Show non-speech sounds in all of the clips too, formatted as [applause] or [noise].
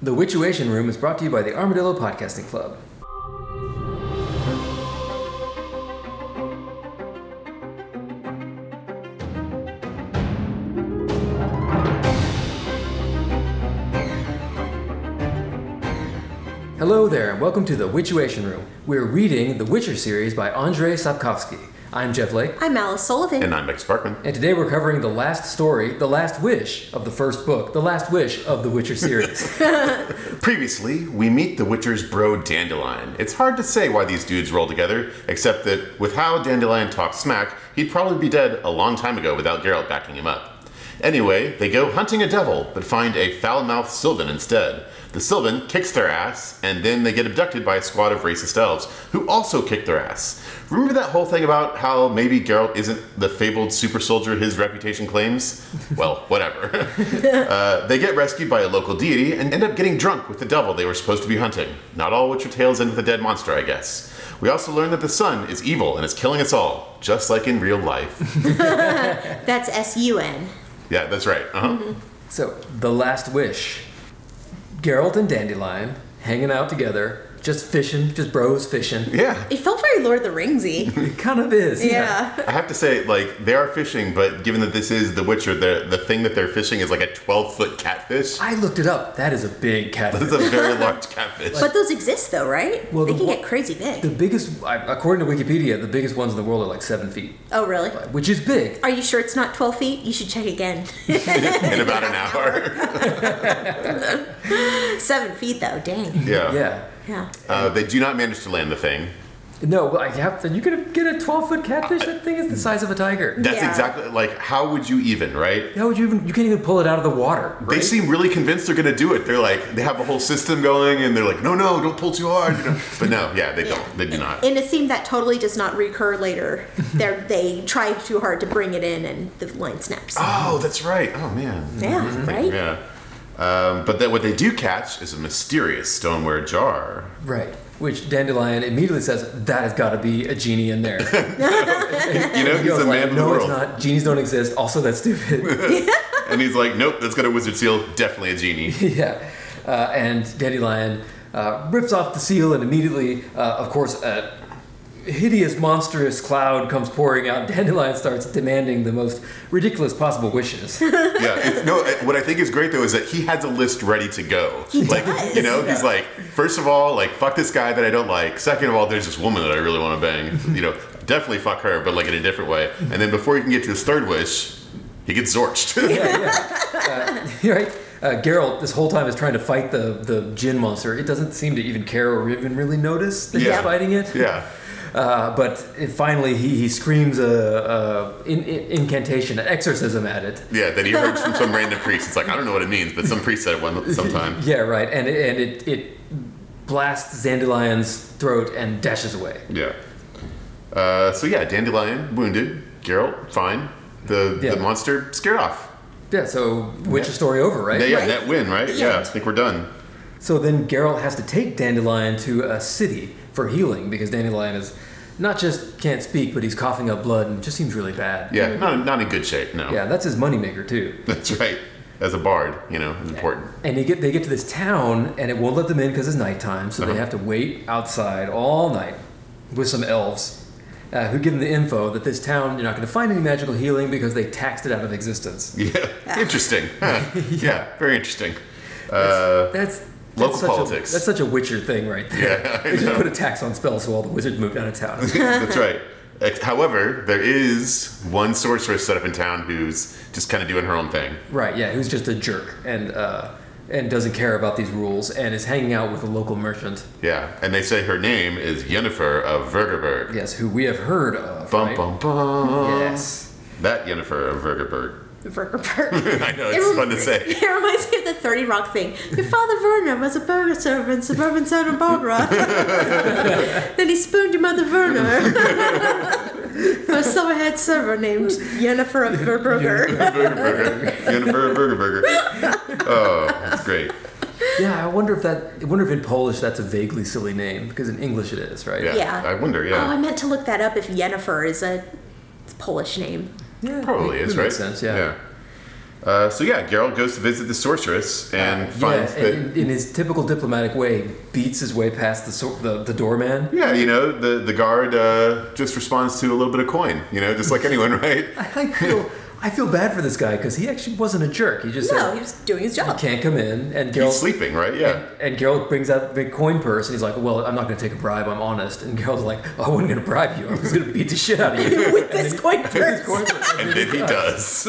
The Wituation Room is brought to you by the Armadillo Podcasting Club. Hello there, and welcome to the Wituation Room. We're reading the Witcher series by Andrei Sapkowski. I'm Jeff Lake, I'm Alice Sullivan. And I'm Nick Sparkman. and today we're covering the last story, the last wish of the first book, the last wish of the Witcher series. Previously, we meet the Witcher's bro Dandelion. It's hard to say why these dudes roll together, except that with how Dandelion talks smack, he'd probably be dead a long time ago without Geralt backing him up. Anyway, they go hunting a devil, but find a foul mouthed Sylvan instead. The Sylvan kicks their ass, and then they get abducted by a squad of racist elves, who also kick their ass. Remember that whole thing about how maybe Geralt isn't the fabled super soldier his reputation claims? Well, whatever. [laughs] Uh, they get rescued by a local deity and end up getting drunk with the devil they were supposed to be hunting. Not all Witcher tales end with a dead monster, I guess. We also learn that the sun is evil and is killing us all, just like in real life. That's S U N. yeah, that's right. Uh-huh. So, the last wish. Geralt and Dandelion hanging out together, just fishing, just bros fishing. Yeah. It felt very Lord of the [laughs] Ringsy. It kind of is. yeah. I have to say, like, they are fishing, but given that this is The Witcher, the, the thing that they're fishing is like a 12 foot catfish. I looked it up. That is a big This is catfish. a very large catfish. But those exist though, right? Well, they the can one- get crazy big. The biggest, I- according to Wikipedia, the biggest ones in the world are like seven feet, oh, really? which is big. Are you sure it's not 12 feet? You should check again. [laughs] [laughs] in about an hour. Seven feet though, dang. yeah. Yeah. Yeah. Uh, they do not manage to land the thing. No, well, I have you could get a 12 foot catfish? That thing is the size of a tiger. That's Yeah. exactly like, how would you even, right? How would you even, you can't even pull it out of the water. Right? They seem really convinced they're going to do it. They're like, they have a whole system going, and they're like, no, no, don't pull too hard. You know? But no, yeah, they don't. They do not. In a theme that totally does not recur [laughs] later, they they try too hard to bring it in and the line snaps. Oh, that's right. Oh, man. Yeah, right? Yeah. Um, but then what they do catch is a mysterious stoneware jar. Right. Which Dandelion immediately says, that has got to be a genie in [laughs] there. You know, [laughs] He he's goes a man like, of the no, it's world. not. Genies don't exist. Also, that's stupid. And he's like, nope, that's got a wizard seal. Definitely a genie. [laughs] yeah. Uh, and Dandelion uh, rips off the seal, and immediately, uh, of course, a hideous, monstrous cloud comes pouring out. [laughs] Dandelion starts demanding the most ridiculous possible wishes. [laughs] Yeah. It's, no, I- what I think is great though is that he has a list ready to go. He like, does. you know, he's like, first of all, like, fuck this guy that I don't like. Second of all, there's this woman that I really want to bang. You know, definitely fuck her, but like in a different way. And then before he can get to his third wish, he gets zorched. [laughs] right? Uh, Geralt, this whole time, is trying to fight the, the gin monster. It doesn't seem to even care or even really notice that he's Yeah. fighting it. yeah. Uh, but it, finally, he, he screams a, a in, in, incantation, an exorcism at it. Yeah, that he heard from some random priest. It's like, I don't know what it means, but some priest said it one sometime. Yeah, right. And it, and it, it blasts Dandelion's throat and dashes away. Yeah. Uh, so yeah, Dandelion, wounded. Geralt, fine. The, Yeah. the monster, scared off. Yeah, so Witcher Yeah. story over, right? Yeah, yeah, Right. that win, right? The Yeah, I end. think we're done. So then Geralt has to take Dandelion to a city for healing because Dandelion is not just can't speak, but he's coughing up blood and just seems really bad. Yeah, not, not in good shape, no. Yeah, that's his moneymaker too. [laughs] That's right. As a bard, you know, it's important. [laughs] And they get they get to this town and it won't let them in because it's nighttime, so they Uh-huh. have to wait outside all night with some elves uh, who give them the info that this town you're not going to find any magical healing because they taxed it out of existence. Yeah. [laughs] Interesting. Huh. yeah. very interesting. [laughs] Uh, That's, that's Local such politics. A, that's such a Witcher thing, right there. Yeah, [laughs] I they just know. put a tax on spells, so all the wizards moved out of [laughs] town. that's right. Ex- However, there is one sorceress set up in town who's just kind of doing her own thing. Right, yeah, who's just a jerk and uh, and doesn't care about these rules and is hanging out with a local merchant, Yeah. And they say her name is Yennefer of Vergerberg. yes, who we have heard of. Bum right? bum bum. Yes. That Yennefer of Vergerberg. [laughs] Burger burger. I know, it's fun to say. [laughs] It reminds me of the 30 Rock thing. Your father Vernon was a burger server in suburban Santa [laughs] Barbara. then he spooned your mother Verner for [laughs] a silverhead server named Jennifer of Verburger. [laughs] Vergerberg. Yennefer of Vergerberg. Oh, that's great. Yeah, I wonder if that I wonder if in Polish that's a vaguely silly name because in English it is, right? [laughs] Yeah. Yeah. I wonder, Oh, I yeah. meant to look that up if Jennifer is a Polish name. Yeah, Probably it is, makes right? Sense, yeah. Uh, so yeah, Geralt goes to visit the sorceress and finds yeah, that and in, in his typical diplomatic way, beats his way past the sor- the, the doorman. yeah, you know, the the guard uh, just responds to a little bit of coin, you know, just like anyone, [laughs] right? I feel I feel bad for this guy because he actually wasn't a jerk. He just No, said he was doing his job. can't come in, and He's Geralt sleeping, right? Yeah. and Geralt brings out the big coin purse, and he's like, "Well, I'm not going to take a bribe. I'm honest." And Geralt's like, oh, "I wasn't going to bribe you. I was going to beat the shit out of you." [laughs] [laughs] With [laughs] this coin purse. Coin purse. And [laughs] then he does.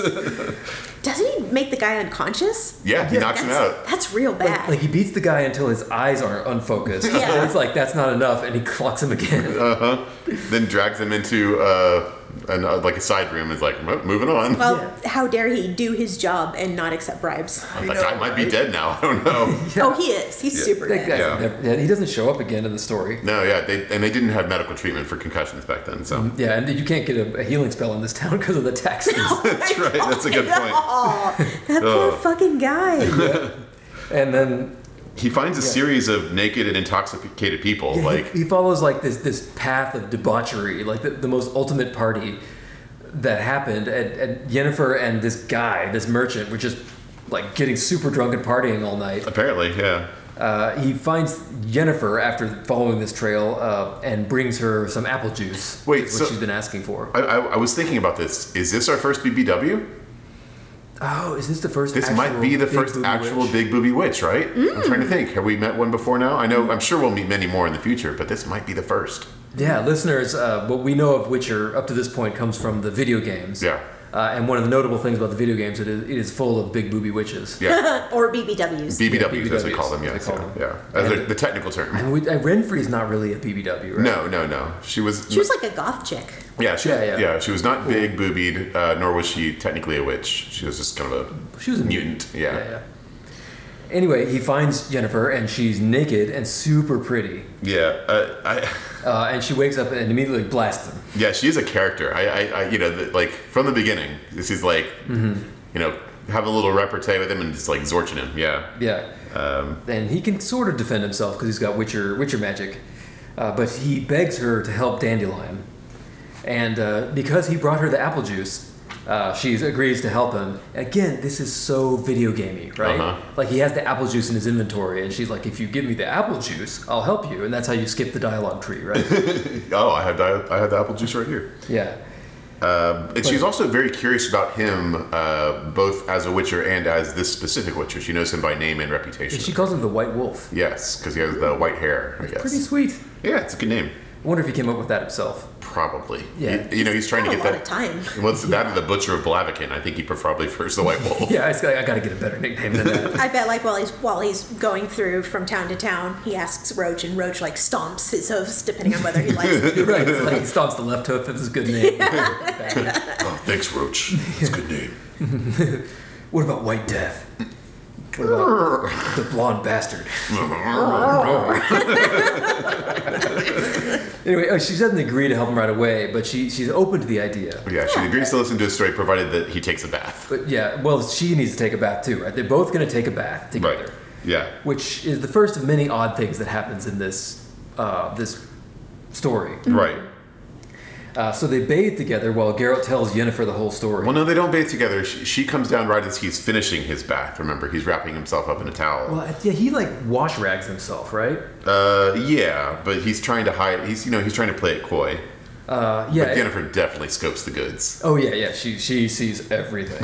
Doesn't he make the guy unconscious? yeah, he knocks him That's, out. that's real bad. Like he beats the guy until his eyes are unfocused. Yeah. And [laughs] it's like that's not enough, and he clocks him again. Uh, Then drags him into uh, an, uh, like a side room. And is like "Mo- moving on. well, yeah. how dare he do his job and not accept bribes? That guy might be dead now. [laughs] I don't know. Oh, he is. He's Yeah. super That good. guy Yeah. never- yeah, he doesn't show up again in the story. no, yeah, they, and they didn't have medical treatment for concussions back then. So Yeah, and you can't get a, a healing spell in this town because of the taxes. [laughs] that's right. That's a good point. Oh, that poor Ugh. fucking [laughs] guy. [laughs] and then He finds a series of naked and intoxicated people. yeah, like he, he follows like this this path of debauchery, like the, the most ultimate party that happened. And, and Yennefer and this guy, this merchant, were just like getting super drunk and partying all night. apparently, yeah. Uh, he finds Yennefer after following this trail uh, and brings her some apple juice, Wait, which so- she's been asking for. I, I, I was thinking about this. Is this our first BBW? Oh, is this the first? This might actual be the big first booby actual witch? Mm. big booby witch, right? I'm trying to think. Have we met one before now? I know. I'm sure we'll meet many more in the future, but this might be the first. Yeah, listeners, uh, what we know of Witcher up to this point comes from the video games. Yeah. Uh, and one of the notable things about the video games, it is, it is full of big booby witches. Yeah, or BBWs. BBWs, as we BBWs, call them. as Yes, they call yeah, them. yeah. As And- the, the technical term. And we, uh, Renfrey's not really a BBW, right? No, no, no. She was. She was like a goth chick. yeah, she, Yeah, yeah, yeah. She was not big boobied, uh, nor was she technically a witch. She was just kind of a She was a mutant. Yeah. Yeah, yeah. Anyway, he finds Jennifer, and she's naked and super pretty. Yeah, uh, I, Uh, and she wakes up and immediately blasts him. yeah, she is a character. I, I, I you know, the, like from the beginning, this is like, Mm-hmm. you know, have a little repartee with him and just like zorching him. Yeah, Yeah. and he can sort of defend himself because he's got Witcher Witcher magic, uh, but he begs her to help Dandelion, and uh, because he brought her the apple juice, uh, she agrees to help him. Again, this is so video gamey, right? Uh-huh. Like he has the apple juice in his inventory, and she's like, "If you give me the apple juice, I'll help you," and that's how you skip the dialogue tree, right? Oh, I have di- I have the apple juice right here. yeah. And she's also very curious about him, uh, both as a Witcher and as this specific Witcher. She knows him by name and reputation. And she calls him the White Wolf. yes, because he has the white hair. I guess. Pretty sweet. yeah, it's a good name. I wonder if he came up with that himself. Probably. Yeah. You, you know, he's trying to Not get a lot that of time. [laughs] What's that of the Butcher of Blaviken? I think he probably prefers the White Wolf. [laughs] Yeah, I, I got to get a better nickname than that. [laughs] I bet, like while he's while he's going through from town to town, he asks Roach, and Roach like stomps his hooves depending on whether he likes. [laughs] it. You're right. It's like he stomps the left hoof. It was a good name. Oh, thanks, Roach. It's a good name. What about White Death? What about Grrr. the blonde bastard? anyway, oh, she doesn't agree to help him right away, but she she's open to the idea. yeah, she agrees to listen to his story provided that he takes a bath. But yeah, well, she needs to take a bath too, right? They're both going to take a bath together, Right. Yeah. which is the first of many odd things that happens in this uh, this story. Right. Uh, so they bathe together while Geralt tells Yennefer the whole story. Well, no, they don't bathe together. She, she comes down right as he's finishing his bath. Remember, he's wrapping himself up in a towel. Well, yeah, he like wash rags himself, right? Uh, yeah, but he's trying to hide. He's you know he's trying to play it coy. Uh, yeah, it- Jennifer definitely scopes the goods. Oh yeah, yeah. She she sees everything,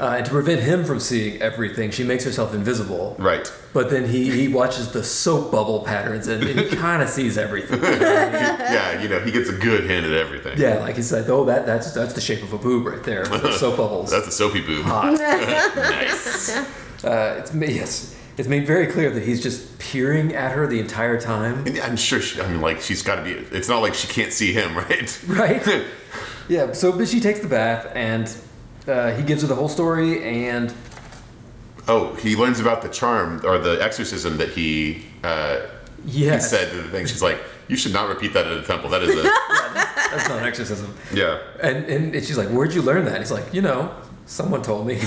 uh, and to prevent him from seeing everything, she makes herself invisible. Right. But then he, he watches the soap bubble patterns and, and he kind of sees everything. [laughs] Yeah, you know he gets a good hint at everything. Yeah, like he's like, oh, that that's that's the shape of a boob right there. The soap bubbles. That's a soapy boob. nice. Uh, it's ma- yes, it's made very clear that he's just peering at her the entire time, [laughs] And I'm sure. She, I mean, like she's got to be. It's not like she can't see him, [laughs] right? right? yeah. So, but she takes the bath and uh, he gives her the whole story and Oh, he learns about the charm or the exorcism that he uh, he yes, said to the thing. She's like, you should not repeat that at a temple. That is a [laughs] that's not an exorcism. yeah. And, and and she's like, where'd you learn that? He's like, you know, someone told me, [laughs]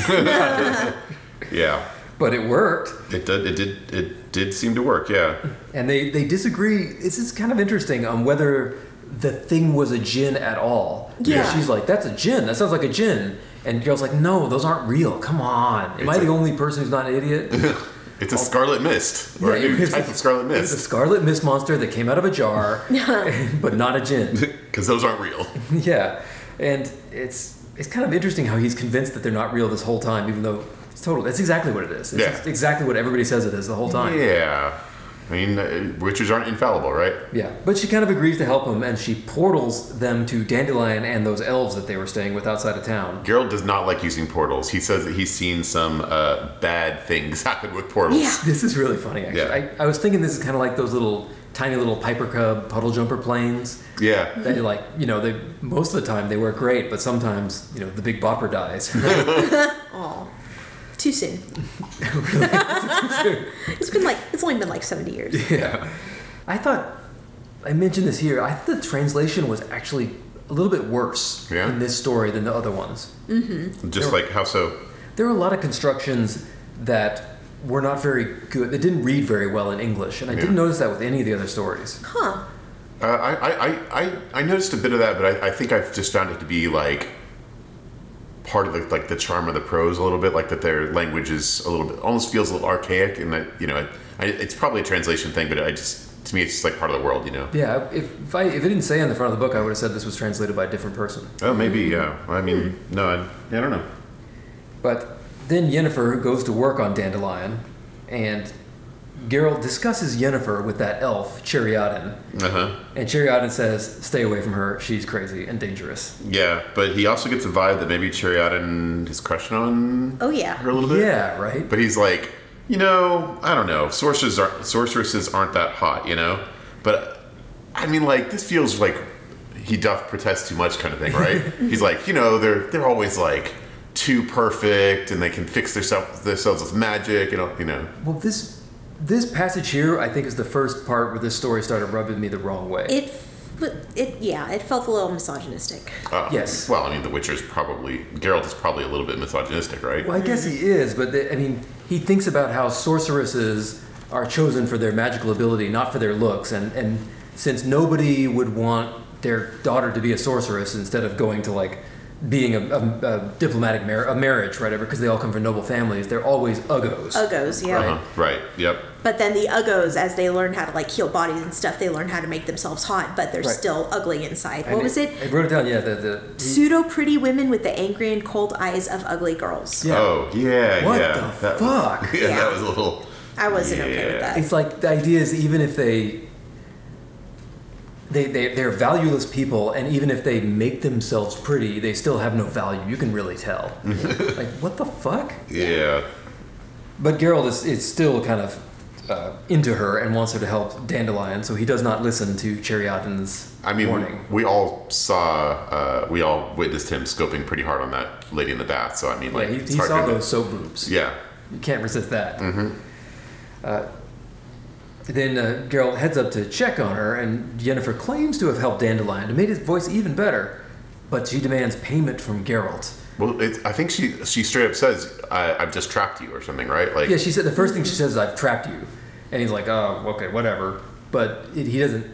Yeah. but it worked. It did. It did. It did seem to work. Yeah. And they, they disagree. This is kind of interesting on whether the thing was a gin at all. Yeah. Because She's like, that's a gin. That sounds like a gin. And Geralt's like, no, those aren't real. Come on. Am I It's the a- only person who's not an [laughs] idiot? It's a scarlet mist, or Oh. Yeah, a new it's- type of scarlet It's a mist, scarlet mist monster that came out of a jar, but not a gin. [laughs] because those aren't real. Yeah, and it's it's kind of interesting how he's convinced that they're not real this whole time, even though it's total. That's exactly what it is. It's Yeah. exactly what everybody says it is the whole time. Yeah, I mean, uh, witches aren't infallible, right? Yeah, but she kind of agrees to help him, and she portals them to Dandelion and those elves that they were staying with outside of town. Geralt does not like using portals. He says that he's seen some uh, bad things [laughs] happen with portals. Yeah. This is really funny, actually. Yeah. I, I was thinking this is kind of like those little tiny little Piper Cub puddle jumper planes Yeah. that you like, you know, they most of the time they work great, but sometimes, you know, the big bopper dies. [laughs] Oh, too soon. it's been like it's only been like seventy years. Yeah. I thought I mentioned this here. I thought the translation was actually a little bit worse Yeah? in this story than the other ones. Just like how so? There are a lot of constructions that were not very good. That didn't read very well in English, and I didn't Yeah. notice that with any of the other stories. Huh? Uh, I, I, I, I- I noticed a bit of that, but I, I think I've just found it to be like part of the, like the charm of the prose a little bit, like that their language is a little bit almost feels a little archaic, and that you know it, I, it's probably a translation thing, but I just to me it's just like part of the world, you know. Yeah, if, if I if it didn't say on the front of the book, I would have said this was translated by a different person. Oh, maybe yeah. I mean, no, I, yeah, I don't know. But then Yennefer goes to work on Dandelion, and Geralt discusses Yennefer with that elf Cheriadon, Uh huh. and Cheriadon says, "Stay away from her. She's crazy and dangerous." Yeah, but he also gets a vibe that maybe Chariot is crushing on Oh her yeah. a little bit. Yeah, right. But he's like, you know, I don't know. Sorceresses aren't, sorceresses aren't that hot, you know? But I mean, like, this feels like he doth protest too much kind of [laughs] thing, right? he's like, you know, they're they're always like too perfect and they can fix theirself, themselves with magic, you know, you know. Well, this this passage here, I think, is the first part where this story started rubbing me the wrong way. It. f- It yeah. It felt a little misogynistic. Uh, Yes. Well, I mean, The Witcher's probably, Geralt is probably a little bit misogynistic, right? well, I guess he is, but the, I mean, he thinks about how sorceresses are chosen for their magical ability, not for their looks, and and since nobody would want their daughter to be a sorceress instead of going to like being a, a, a diplomatic mar- a marriage, right? Because they all come from noble families, they're always uggos. Uggos, yeah. Uh-huh. Right, yep. But then the uggos, as they learn how to like heal bodies and stuff, they learn how to make themselves hot, but they're Right. still ugly inside. And what was it? I Mm. wrote it down. Yeah, the the. Pseudo pretty women with the angry and cold eyes of ugly girls. yeah. Oh, yeah, What yeah. the that fuck? Was, [laughs] yeah, Yeah. that was a little. I wasn't okay with Yeah. that. it's like the idea is even if they they, they they're valueless people and even if they make themselves pretty they still have no value you can really tell [laughs] like what the fuck Yeah. but Geralt is, is still kind of uh, into her and wants her to help Dandelion so he does not listen to Cheriadon's I mean, warning we all saw, uh, we all witnessed him scoping pretty hard on that lady in the bath. So I mean, like, yeah, he, it's he hard saw to- those soap boobs Yeah, you can't resist that uh, then uh, Geralt heads up to check on her, and Jennifer claims to have helped Dandelion and made his voice even better, but she demands payment from Geralt. well, it's, I think she she straight up says, I, "I've just trapped you" or something, right? [clears throat] Like, Yeah, she said the first thing she says is, I've trapped you. And he's like, oh, okay, whatever. But it, he doesn't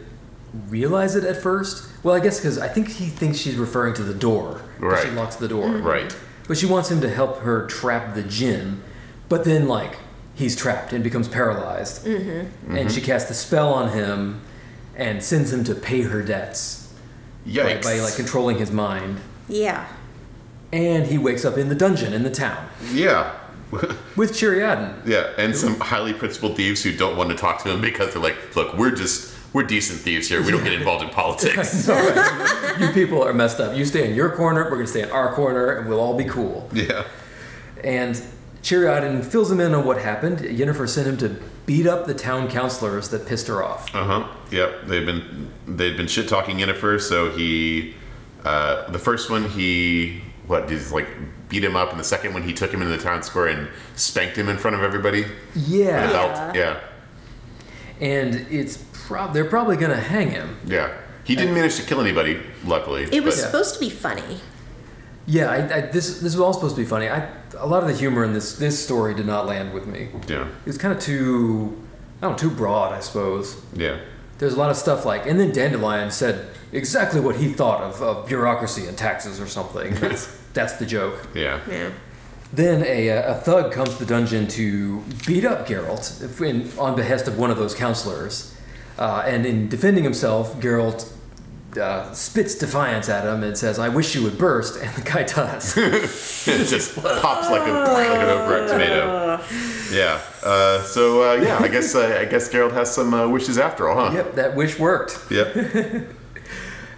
realize it at first. Well, I guess because I think he thinks she's referring to the door. 'cause She Right. Mm-hmm. locks the door. right, But she wants him to help her trap the djinn. But then, like, he's trapped and becomes paralyzed. Mm-hmm. And she casts a spell on him and sends him to pay her debts right, yikes! by, like, controlling his mind. yeah. And he wakes up in the dungeon in the town yeah, with Chiriadon. yeah, and some highly principled thieves who don't want to talk to him because they're like, "Look, we're just we're decent thieves here. We don't get involved [laughs] in politics." You people are messed up. You stay in your corner, we're going to stay in our corner, and we'll all be cool. yeah, And Chiriadon fills him in on what happened. Yennefer sent him to beat up the town councilors that pissed her off. uh huh, yep. They've been they've been shit talking Yennefer. So he, uh, the first one he what did he, like beat him up, and the second one he took him into the town square and spanked him in front of everybody. Yeah. Without- yeah, and it's prob they're probably gonna hang him. yeah. He didn't manage to kill anybody, luckily. It was but- supposed to be funny. Yeah, I, I, this this was all supposed to be funny. I, a lot of the humor in this this story did not land with me. yeah, It was kind of too, I don't know, too broad, I suppose. yeah. there's a lot of stuff like, and then Dandelion said exactly what he thought of, of bureaucracy and taxes or something. That's, that's the joke. Yeah. Yeah. Then a, uh, a thug comes to the dungeon to beat up Geralt if- in, on behest of one of those counselors. Uh, and in defending himself, Geralt uh, spits defiance at him and says, I wish you would burst. And the guy does. it just pops like a like an overripe tomato. Yeah. Uh, so uh, yeah, I guess uh, I guess Gerald has some uh, wishes after all, huh? yep, that wish worked. Yep.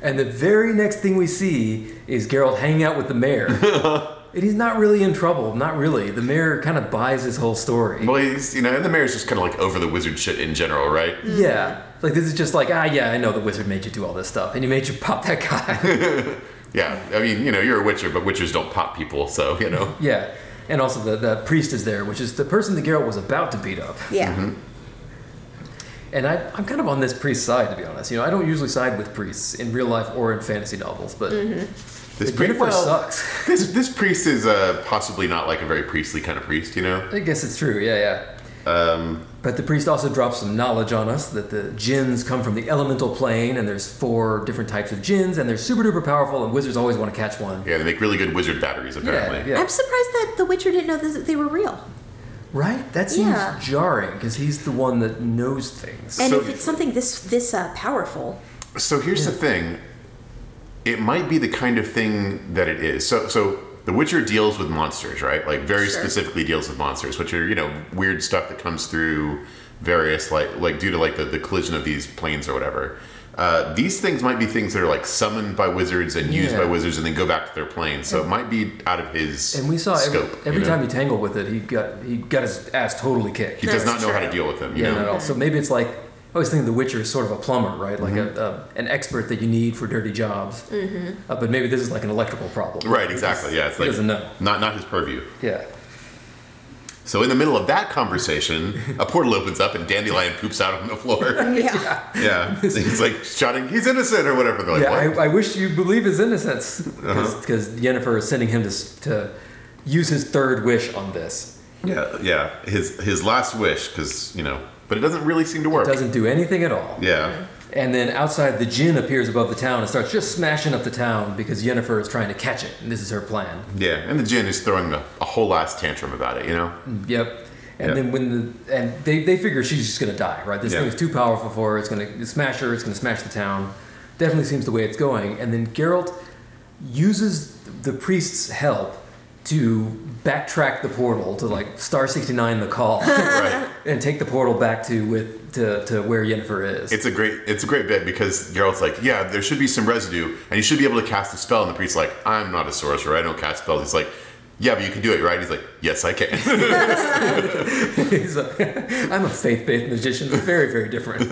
And the very next thing we see is Geralt hanging out with the mayor. and he's not really in trouble, not really. The mayor kind of buys his whole story. Well, he's you know, and the mayor's just kind of like over the wizard shit in general, right? Yeah. Like, this is just like, ah, yeah, I know the wizard made you do all this stuff, and he made you [laughs] pop that guy. Yeah. I mean, you know, you're a witcher, but witchers don't pop people, so you know. yeah. And also, the, the priest is there, which is the person that Geralt was about to beat up. Yeah. And I, I'm kind of on this priest side, to be honest. You know, I don't usually side with priests in real life or in fantasy novels, but [laughs] This the Jennifer well, sucks. This this priest is uh, possibly not like a very priestly kind of priest, you know. I guess it's true, yeah, yeah. Um, but the priest also drops some knowledge on us that the jinns come from the elemental plane, and there's four different types of jinns, and they're super duper powerful, and wizards always want to catch one. Yeah, they make really good wizard batteries apparently. Yeah. I'm surprised that The Witcher didn't know this, they were real. Right? That seems Yeah. jarring, because he's the one that knows things. And So- if it's something this this [laughs] uh, powerful, So here's the thing. It might be the kind of thing that it is. So so The Witcher deals with monsters, right? Like very Sure. specifically deals with monsters, which are, you know, weird stuff that comes through various like like due to like the, the collision of these planes or whatever. Uh, these things might be things that are like summoned by wizards and used Yeah. by wizards and then go back to their plane. So it might be out of his And we saw every, scope. every you know? time he tangled with it, he got he got his ass totally kicked. he does That's not know how to true. deal with them. You yeah, know? not at all. So maybe it's like I always think the Witcher is sort of a plumber, right? Like Mm-hmm. a, a, an expert that you need for dirty jobs. Mm-hmm. Uh, but maybe this is like an electrical problem. Right, exactly. Yeah, it's He like doesn't know. not not his purview. Yeah. So in the middle of that conversation, a portal opens up and Dandelion poops out on [laughs] the floor. yeah, [laughs] Yeah, he's like shouting, "He's innocent" or whatever. They're like, Yeah, "What?" I, I wish you believe his innocence Uh-huh. because Yennefer is sending him to, s- to use his third wish on this. yeah, yeah. His his last wish, because you know, but it doesn't really seem to work. Doesn't do anything at all. yeah, And then outside, the djinn appears above the town and starts just smashing up the town because Yennefer is trying to catch it, and this is her plan. yeah. And the Jin is throwing a, a whole last tantrum about it. You [laughs] know, Yep. And Yep. then when the and they, they figure she's just gonna die, right? This Yeah. thing's too powerful for her. It's gonna smash her. It's gonna smash the town. Definitely seems the way it's going. And then Geralt uses the priest's help to backtrack the portal to like star sixty nine the call right? and take the portal back to with to, to where Yennefer is. It's a great it's a great bit because Geralt's like, yeah, there should be some residue, and you should be able to cast a spell. And the priest's like, I'm not a sorcerer. I don't cast spells. He's like, yeah, but you can do it, right? He's like, yes, I can. [laughs] He's a, [laughs] I'm a faith based magician, but very very different.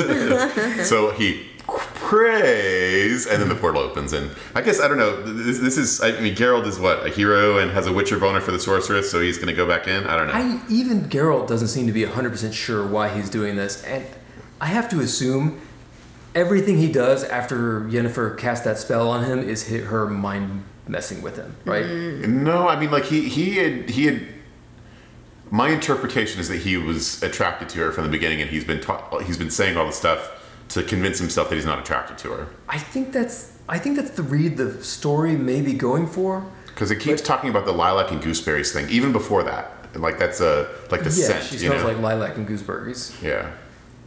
So he prays, and then the portal opens. And I guess I don't know. This, this is I mean, Geralt is what a hero and has a Witcher boner for the sorceress, so he's gonna go back in. I don't know. I even Geralt doesn't seem to be 100% sure why he's doing this, and I have to assume everything he does after Yennefer cast that spell on him is hit her mind messing with him, right? Mm-hmm. no, I mean like he he had he had. My interpretation is that he was attracted to her from the beginning, and he's been ta- he's been saying all the stuff to convince himself that he's not attracted to her I think that's I think that's the read the story may be going for. because it keeps talking about the lilac and gooseberries thing even before that. Like that's a like the yeah, scent, she you smells know? like lilac and gooseberries. yeah.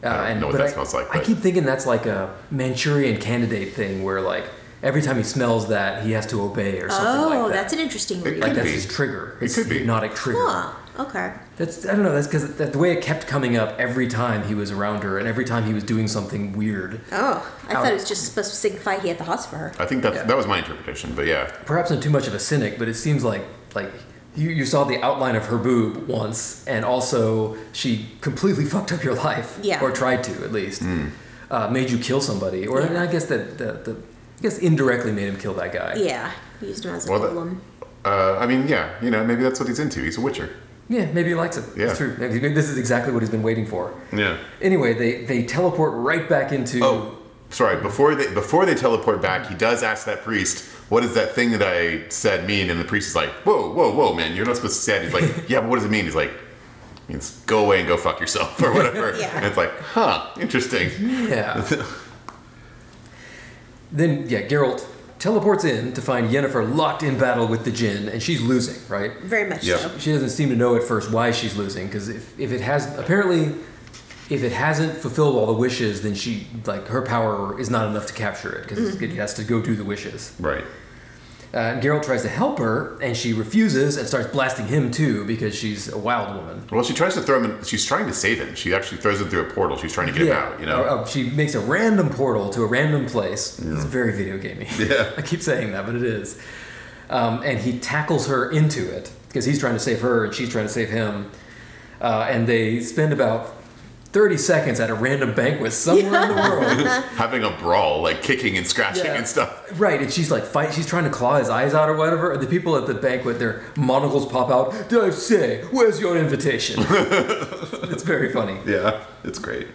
Uh, I don't and, know what but that I, smells like, I but- keep thinking that's like a Manchurian candidate thing where like every time he smells that he has to obey or something Oh, like that. that's an interesting It read. like could that's be. his trigger. It It's could be. hypnotic trigger. Huh. Okay. That's I don't know. That's because that, the way it kept coming up every time he was around her, and every time he was doing something weird. Oh, I Out. thought it was just supposed to signify he had the hots for her. I think that Yeah. that was my interpretation, but yeah. Perhaps I'm too much of a cynic, but it seems like like you, you saw the outline of her boob once, and also she completely [laughs] fucked up your life, Yeah. or tried to at least, Hmm. uh, made you kill somebody, or and I guess that the, the I guess indirectly made him kill that guy. Yeah, used him as a Well, that- problem. Uh, I mean, yeah, you know, maybe that's what he's into. He's a Witcher. Yeah, maybe he likes it. Yeah. It's true. Maybe maybe this is exactly what he's been waiting for. Yeah. Anyway, they they teleport right back into. Oh, sorry. Before they before they teleport back, he does ask that priest, "What does that thing that [laughs] I said mean?" And the priest is like, "Whoa, whow, whoa, man! You're not supposed to say it." He's like, "Yeah, but what does it mean?" He's like, means go away and go fuck yourself or whatever. Yeah. And it's like, huh, interesting. Yeah. then yeah, Geralt teleports in to find Yennefer locked in battle with the Jinn, and she's losing. Right. Very much Yep. so. She doesn't seem to know at first why she's losing because if, if it has apparently if it hasn't fulfilled all the wishes, then she like her power is not enough to capture it because it has to go do the wishes. right. Uh, and Geralt tries to help her, and she refuses and starts blasting him too because she's a wild woman. Well, she tries to throw him. In, she's trying to save him. She actually throws him through a portal. She's trying to get him out. You know. Uh, uh, she makes a random portal to a random place. It's very video gamey. [laughs] Yeah. [laughs] I keep saying that, but it is. Um, and he tackles her into it because he's trying to save her and she's trying to save him. Uh, and they spend about 30 seconds at a random banquet somewhere in the [laughs] world. having a brawl, like kicking and scratching Yeah. and stuff. Right, and she's like fight. She's trying to claw his eyes out or whatever. And the people at the banquet, their monocles pop out. Did I say? Where's your [laughs] invitation? it's very funny. Yeah, it's great.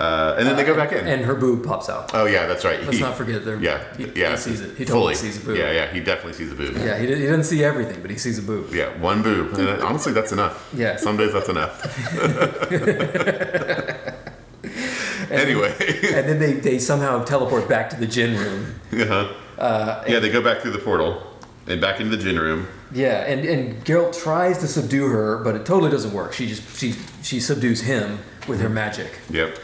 Uh, and then they go back in. And her boob pops out. oh yeah, that's right. Let's not forget their- Yeah, he- yeah. he sees it. He totally sees a boob. Yeah, yeah. He definitely sees a boob. Yeah, Yeah, he, did, he doesn't see everything, but he sees a boob. one boob. And uh, honestly, that's enough. Yeah. Some days [laughs] that's enough. [laughs] [laughs] anyway. And then they, they somehow teleport back to the gin room. uh-huh. yeah, they go back through the portal and back into the gin room. Yeah, and and Geralt tries to subdue her, but it totally doesn't work. She just she she subdues him with Mm-hmm. her magic, Yep.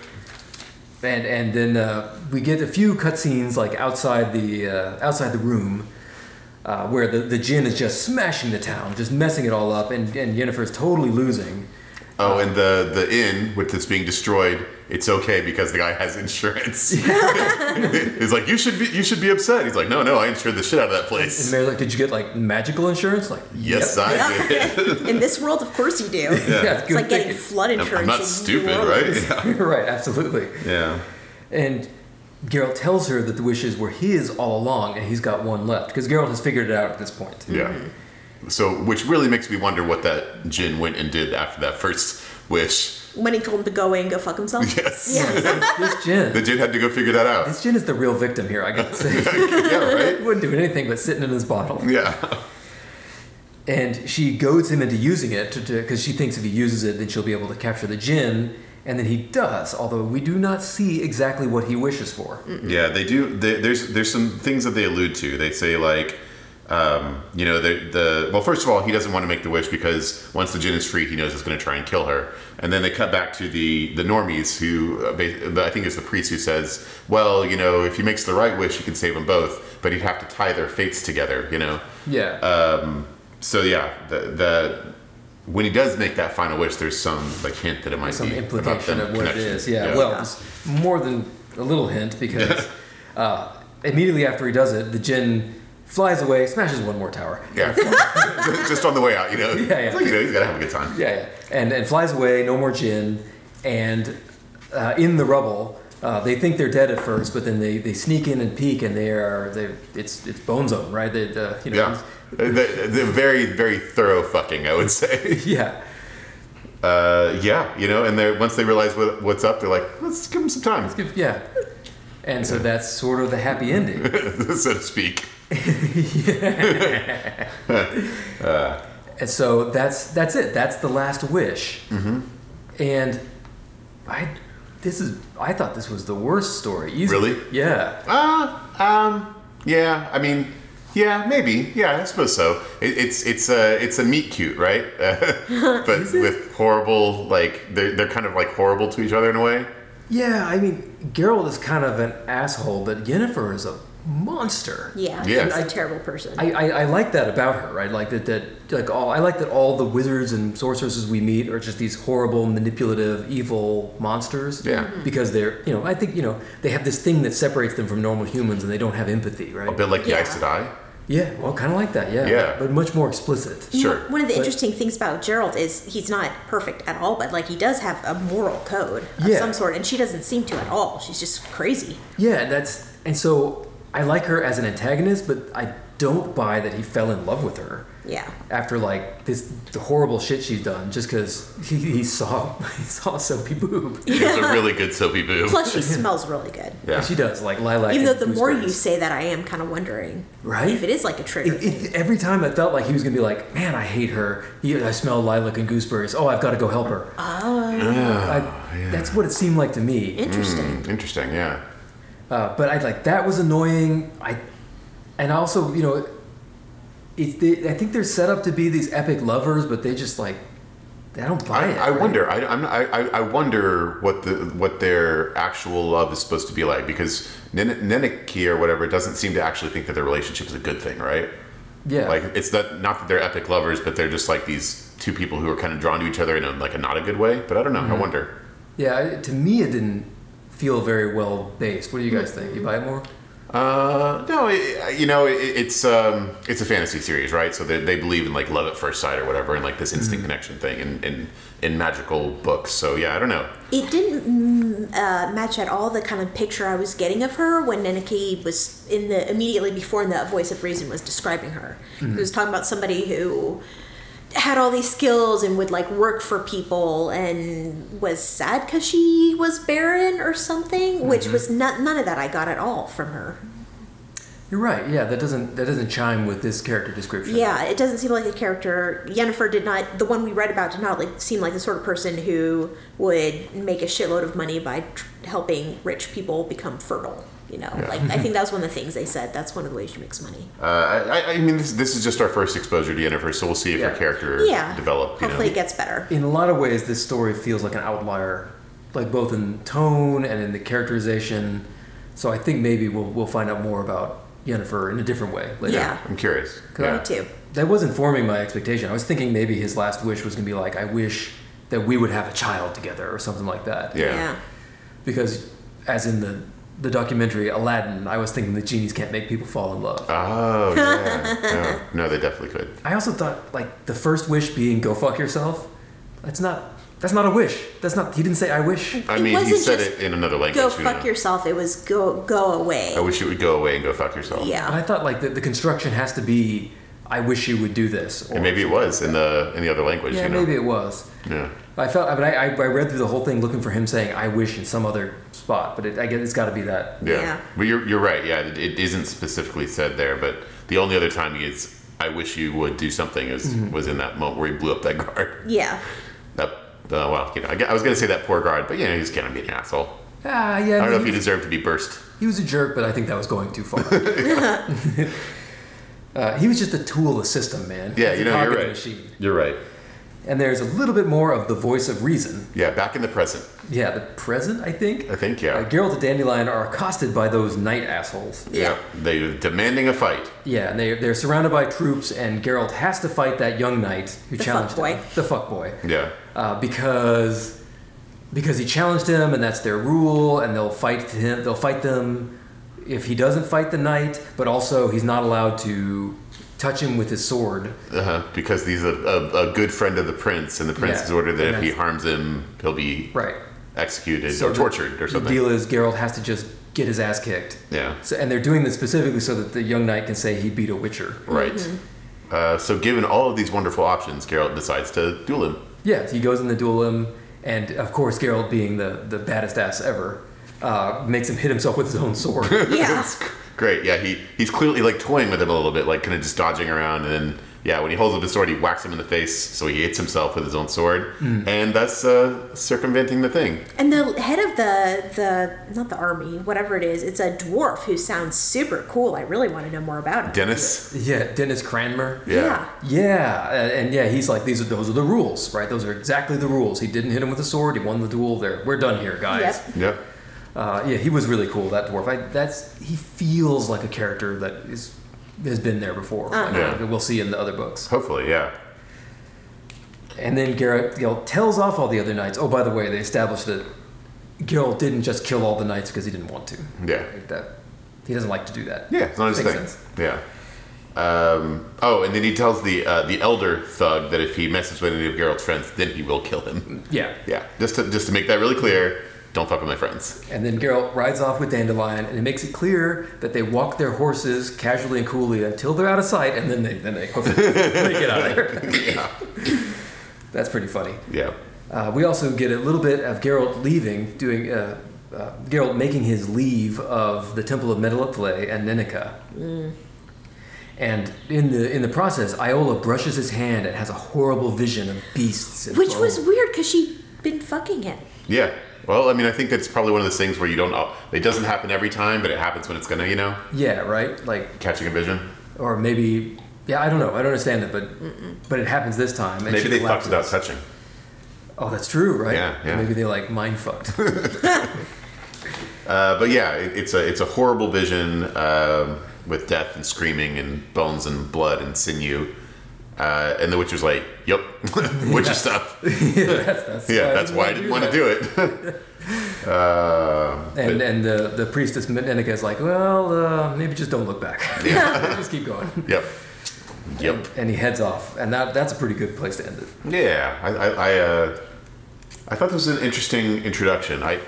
and and then uh, we get a few cutscenes like outside the uh, outside the room. Uh, where the, the djinn is just smashing the town, just messing it all up, and, and Yennefer's totally losing. Oh, and the the inn with that's being destroyed, it's okay because the guy [laughs] has insurance. He's like, you should be you should be upset. He's like, no, no, I insured the shit out of that And place. Mary's like, Did you get like magical insurance? Like, Yes, "Yep." I did. Yeah. [laughs] In this world, of course you [laughs] do. Yeah, It's good like getting thinking. flood I'm, insurance. I'm not in stupid, New Orleans. right? [laughs] [laughs] Yeah. right, absolutely. yeah. And Geralt tells her that the wishes were his all along, and he's got one left because Geralt has figured it out at this point. So, which really makes me wonder what that Jin went and did after that first wish. When he told him to go away and go fuck himself. Yes. Yeah. [laughs] This djinn, The Jin had to go figure that out. this djinn is the real victim here. I gotta say. [laughs] yeah, He [laughs] [laughs] right? wouldn't do anything but sitting in his bottle. Yeah. And she goads him into using it because she thinks if he uses it, then she'll be able to capture the djinn. And then he does, although we do not see exactly what he wishes for. Yeah, they do. They, there's there's some things that they allude to. They say like, um, you know, the the well, first of all, he doesn't want to make the wish because once the gin is free, he knows it's going to try and kill her. And then they cut back to the the normies who uh, ba- the- I think it's the priest who says, well, you know, if he makes the right wish, he can save them both, but he'd have to tie their fates together, you know. Yeah. So yeah, the the. When he does make that final wish, there's some like hint that it might Some be about implication them of what it connection. is. Yeah, well, it's more than a little hint because uh, immediately after he does it, the djinn flies away, smashes one more tower. [laughs] yeah, [laughs] just on the way out, you know. Yeah, yeah. It's like, you know, he's gotta have a good time. Yeah, yeah. And, and flies away, no more gin. And uh, in the rubble, uh, they think they're dead at first, but then they, they sneak in and peek, and they are they it's it's bone zone, right? They, the, you know, Yeah. The, the very, very thorough fucking, I would say. [laughs] yeah, Uh, yeah, you know, and they once they realize what, what's up, they're like, let's give them some time, If- [laughs] yeah. And so that's sort of the happy ending. [laughs] so to speak. And so that's that's it. That's the last wish. Mm-hmm. And I this is I thought this was the worst story. Easily. Really? Yeah. Uh, um, yeah, I mean, yeah, maybe. Yeah, I suppose so. It, it's it's a it's a meet cute, right? [laughs] but with horrible, like they're, they're kind of like horrible to each other in a way. Yeah, I mean, Geralt is kind of an asshole, but Yennefer is a monster. Yeah. Yeah. He's a terrible person. I, I, I like that about her, right? Like that, that like all I like that all the wizards and sorceresses we meet are just these horrible, manipulative, evil monsters. Yeah. Mhm. Because they're you know, I think, you know, they have this thing that separates them from normal humans and they don't have empathy, right? A bit like the Yeah. Ice [laughs] to Die. Yeah, well kinda like that, yeah. Yeah. But much more explicit. Sure. One of the interesting things about Gerald is he's not perfect at all, but like he does have a moral code of Yeah. some sort, and she doesn't seem to at all. She's just crazy. Yeah, and that's and so I like her as an antagonist, but I don't buy that he fell in love with her Yeah. after like this the horrible shit she's done just because he, he saw [laughs] he saw soapy boob. It's a really good soapy boob. Plus, [laughs] she smells really good. Yeah. She does like lilac. Even though and the more you gooseberries. say that, I am kind of wondering Right? if it is like a trigger. If, if every time I felt like he was gonna be like, man, I hate her. He, I smell lilac and gooseberries. Oh, I've got to go help her. Oh. I, That's what it seemed like to me. Interesting. Mm, Interesting, yeah. Uh, but I like that was annoying. I and also you know, it's they, I think they're set up to be these epic lovers, but they just like they don't buy I, it. I right? wonder. I, I'm, I, I I wonder what the what their actual love is supposed to be like because Nen- Neneki or whatever doesn't seem to actually think that their relationship is a good thing, right? Yeah, Like it's that not that they're epic lovers, but they're just like these two people who are kind of drawn to each other in a, like a not a good way. But I don't know. Mm-hmm. I wonder. yeah. I- To me, it didn't feel very well based. What do you guys think? You buy it more? Uh, no, it, you know, it, it's um, it's a fantasy series, right? So they, they believe in like love at first sight or whatever, and like this instant Mm-hmm. connection thing, and in, in, magical books. So yeah, I don't know. It didn't mm, uh, match at all the kind of picture I was getting of her when Neneki was in the immediately before the Voice of Reason was describing her. He was talking about somebody who had all these skills and would like work for people and was sad because she was barren or something, which was not, none of that I got at all from her. You're right. Yeah, that doesn't that doesn't chime with this character description. Yeah, it doesn't seem like a character. Yennefer did not. The one we read about did not like seem like the sort of person who would make a shitload of money by tr- helping rich people become fertile. You know, like I [laughs] think that was one of the things they said. That's one of the ways she makes money. Uh, I, I- I mean, this, this is just our first exposure to Jennifer, so we'll see if Yeah. her character yeah, develop. You Hopefully, know. it gets better. In a lot of ways, this story feels like an outlier, like both in tone and in the characterization. So I think maybe we'll we'll find out more about Yennefer in a different way later. Yeah. I'm curious. Me too. That was informing my expectation. I was thinking maybe his last wish was gonna be like, I wish that we would have a child together or something like that. Yeah. yeah. Because as in the the documentary Aladdin, I was thinking that genies can't make people fall in love. Oh [laughs] yeah. no, no, they definitely could. I also thought like the first wish being go fuck yourself. That's not that's not a wish. That's not he didn't say I wish. I It mean, he wasn't said just it in another language. Go you fuck know. yourself. It was go go away. I wish you would go away and go fuck yourself. yeah. And I thought like the, the construction has to be I wish you would do this. Or, And maybe it was in the in the other language. yeah, you know. maybe it was. Yeah. I felt, but I, I, I read through the whole thing looking for him saying "I wish" in some other spot, but it, I guess it's got to be that. Yeah. Yeah. But you're, you're right. Yeah, it, it isn't specifically said there, but the only other time he is, I wish you would do something, is, Mm-hmm. was in that moment where he blew up that guard. [laughs] yeah. That, uh, well, you know, I, gu- I was going to say that poor guard, but, you know, he's kind of being an asshole. Ah, yeah. I I don't know if mean, he deserved to be burst. he was a jerk, but I think that was going [laughs] too far. [laughs] uh, he was just a tool of the system, man. Yeah, He's a you know, cog you're in the right. Machine. You're right. And there's a little bit more of the voice of reason. Yeah, back in the present, Yeah, the present, I think. I think, yeah. Uh, Geralt and Dandelion are accosted by those knight assholes. yeah. They demanding a fight. Yeah, and they, they're surrounded by troops, and Geralt has to fight that young knight who The challenged fuckboy. him. The fuckboy. Yeah. uh, because because he challenged him, and that's their rule, and they'll fight him. They'll fight them if he doesn't fight the knight, but also he's not allowed to touch him with his sword. Uh-huh. Because he's a, a, a good friend of the prince, and the prince Yeah. has ordered that And if he that's- harms him, he'll be Right. executed So or the- tortured or something. The deal is Geralt has to just get his ass kicked. Yeah. So, and they're doing this specifically so that the young knight can say he beat a witcher. Right. Uh, so, given all of these wonderful options, Geralt decides to duel him. Yeah, he goes in the duel him, and of course Geralt, being the, the baddest ass ever, uh, makes him hit himself with his own sword. [laughs] Yeah. Great. Yeah, he he's clearly like toying with him a little bit, like kind of just dodging around, and then yeah, when he holds up his sword, he whacks him in the face, so he hits himself with his own sword, Mm. and that's uh, circumventing the thing. And the head of the the not the army, whatever it is, it's a dwarf who sounds super cool. I really want to know more about him. Dennis. yeah, Dennis Cranmer. Yeah. Yeah, uh, and yeah, he's like these are those are the rules, right? Those are exactly the rules. He didn't hit him with a sword. He won the duel. There, we're done here, guys. Yep. Yep. Uh, yeah, he was really cool. That dwarf. I, that's he feels like a character that is has been there before. Like, Uh-huh. like we'll see in the other books. Hopefully, yeah. And then Geralt you know, tells off all the other knights. Oh, by the way, they established that Geralt didn't just kill all the knights because he didn't want to. Yeah. Like that, he doesn't like to do that. Yeah, it's not his Makes thing. sense. Yeah. Um, oh, and then he tells the uh, the elder thug that if he messes with any of Geralt's friends, then he will kill him. Yeah. Yeah, just to just to make that really clear, Don't fuck with my friends. And then Geralt rides off with Dandelion, and it makes it clear that they walk their horses casually and coolly until they're out of sight, and then they then they, [laughs] hopefully they get out of [laughs] there. That's pretty funny. Yeah. Uh, we also get a little bit of Geralt leaving, doing uh, uh, Geralt making his leave of the Temple of Metalothle and Nenica. Mm. And in the in the process, Iola brushes his hand and has a horrible vision of beasts. And Which was foam. weird because she'd been fucking him. Yeah. Well, I mean, I think that's probably one of those things where you don't. It doesn't happen every time, but it happens when it's gonna, you know, yeah, right, like catching a vision. or maybe yeah, I don't know, I don't understand it, but but it happens this time. And Maybe she they fucked collapses. without touching. Oh, that's true, right? Yeah, yeah. Maybe they like mind [laughs] fucked. [laughs] Uh, but yeah, it, it's a it's a horrible vision um, with death and screaming and bones and blood and sinew. Uh, and the Witcher's like, [laughs] "Yep, Witcher stuff." [laughs] that's, that's Yeah, that's why I didn't want to do it. [laughs] uh, that. And and the the priestess Menenica is like, well, uh, maybe just don't look back. [laughs] just keep going. yep, [laughs] yep. And he heads off, and that that's a pretty good place to end it. Yeah, I I I, uh, I thought this was an interesting introduction. I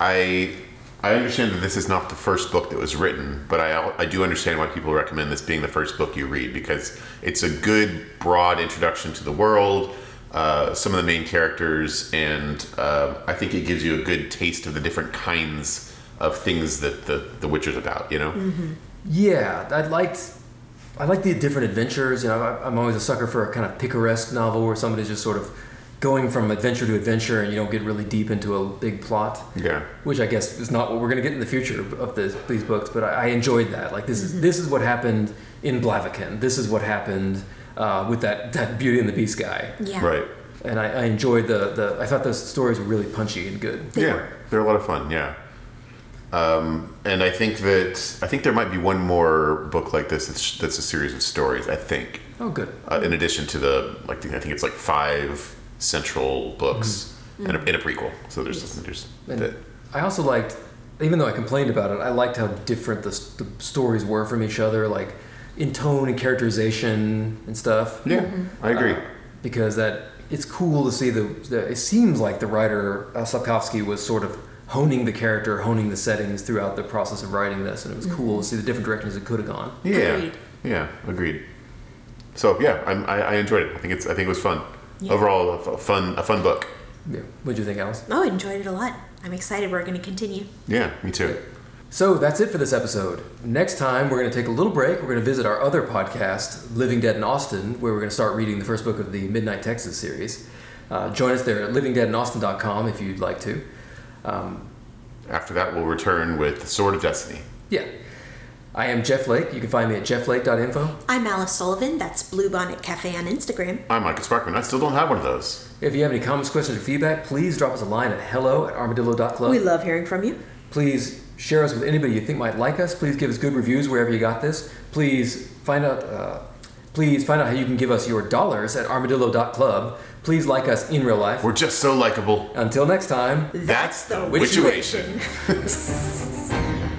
I I understand that this is not the first book that was written, but I al- I do understand why people recommend this being the first book you read because it's a good broad introduction to the world, uh, some of the main characters, and uh, I think it gives you a good taste of the different kinds of things that the the Witcher's about. You know, Yeah, I liked. I like the different adventures. You know, I- I'm always a sucker for a kind of picaresque novel where somebody's just sort of going from adventure to adventure, and you don't get really deep into a big plot. yeah. which I guess is not what we're going to get in the future of this, these books. But I, I enjoyed that. Like this is this is what happened in Blaviken. This is what happened uh, with that that Beauty and the Beast guy. Yeah. Right. And I, I enjoyed the the. I thought those stories were really punchy and good. yeah, they're a lot of fun. Yeah, um, and I think that I think there might be one more book like this that's, that's a series of stories. I think Oh, good. uh, in addition to the like the, I think it's like five central books and, a, and a prequel. So there's there's And that. I also liked, even though I complained about it, I liked how different the, s- the stories were from each other, like in tone and characterization and stuff. Yeah, I agree. Uh, because that it's cool to see the, the it seems like the writer uh, Sapkowski was sort of honing the character, honing the settings throughout the process of writing this, and it was cool to see the different directions it could have gone. yeah, agreed. yeah, agreed. So yeah, I'm, I, I enjoyed it. I think it's I think it was fun. Yeah. Overall, a f- fun a fun book. Yeah. What'd you think, Alice? Oh, I enjoyed it a lot. I'm excited. We're going to continue. Yeah, me too. So that's it for this episode. Next time, we're going to take a little break. We're going to visit our other podcast, Living Dead in Austin, where we're going to start reading the first book of the Midnight Texas series. Uh, join us there at livingdeadinaustin.com if you'd like to. Um, After that, we'll return with Sword of Destiny. yeah. I am Jeff Lake. You can find me at jefflake.info. I'm Alice Sullivan. That's Bluebonnet Cafe on Instagram. I'm Michael Sparkman. I still don't have one of those. If you have any comments, questions, or feedback, please drop us a line at hello at armadillo.club. We love hearing from you. Please share us with anybody you think might like us. Please give us good reviews wherever you got this. Please find out. Uh, please find out how you can give us your dollars at armadillo.club. Please like us in real life. We're just so likable. Until next time. That's the Witchuation. Witchuation.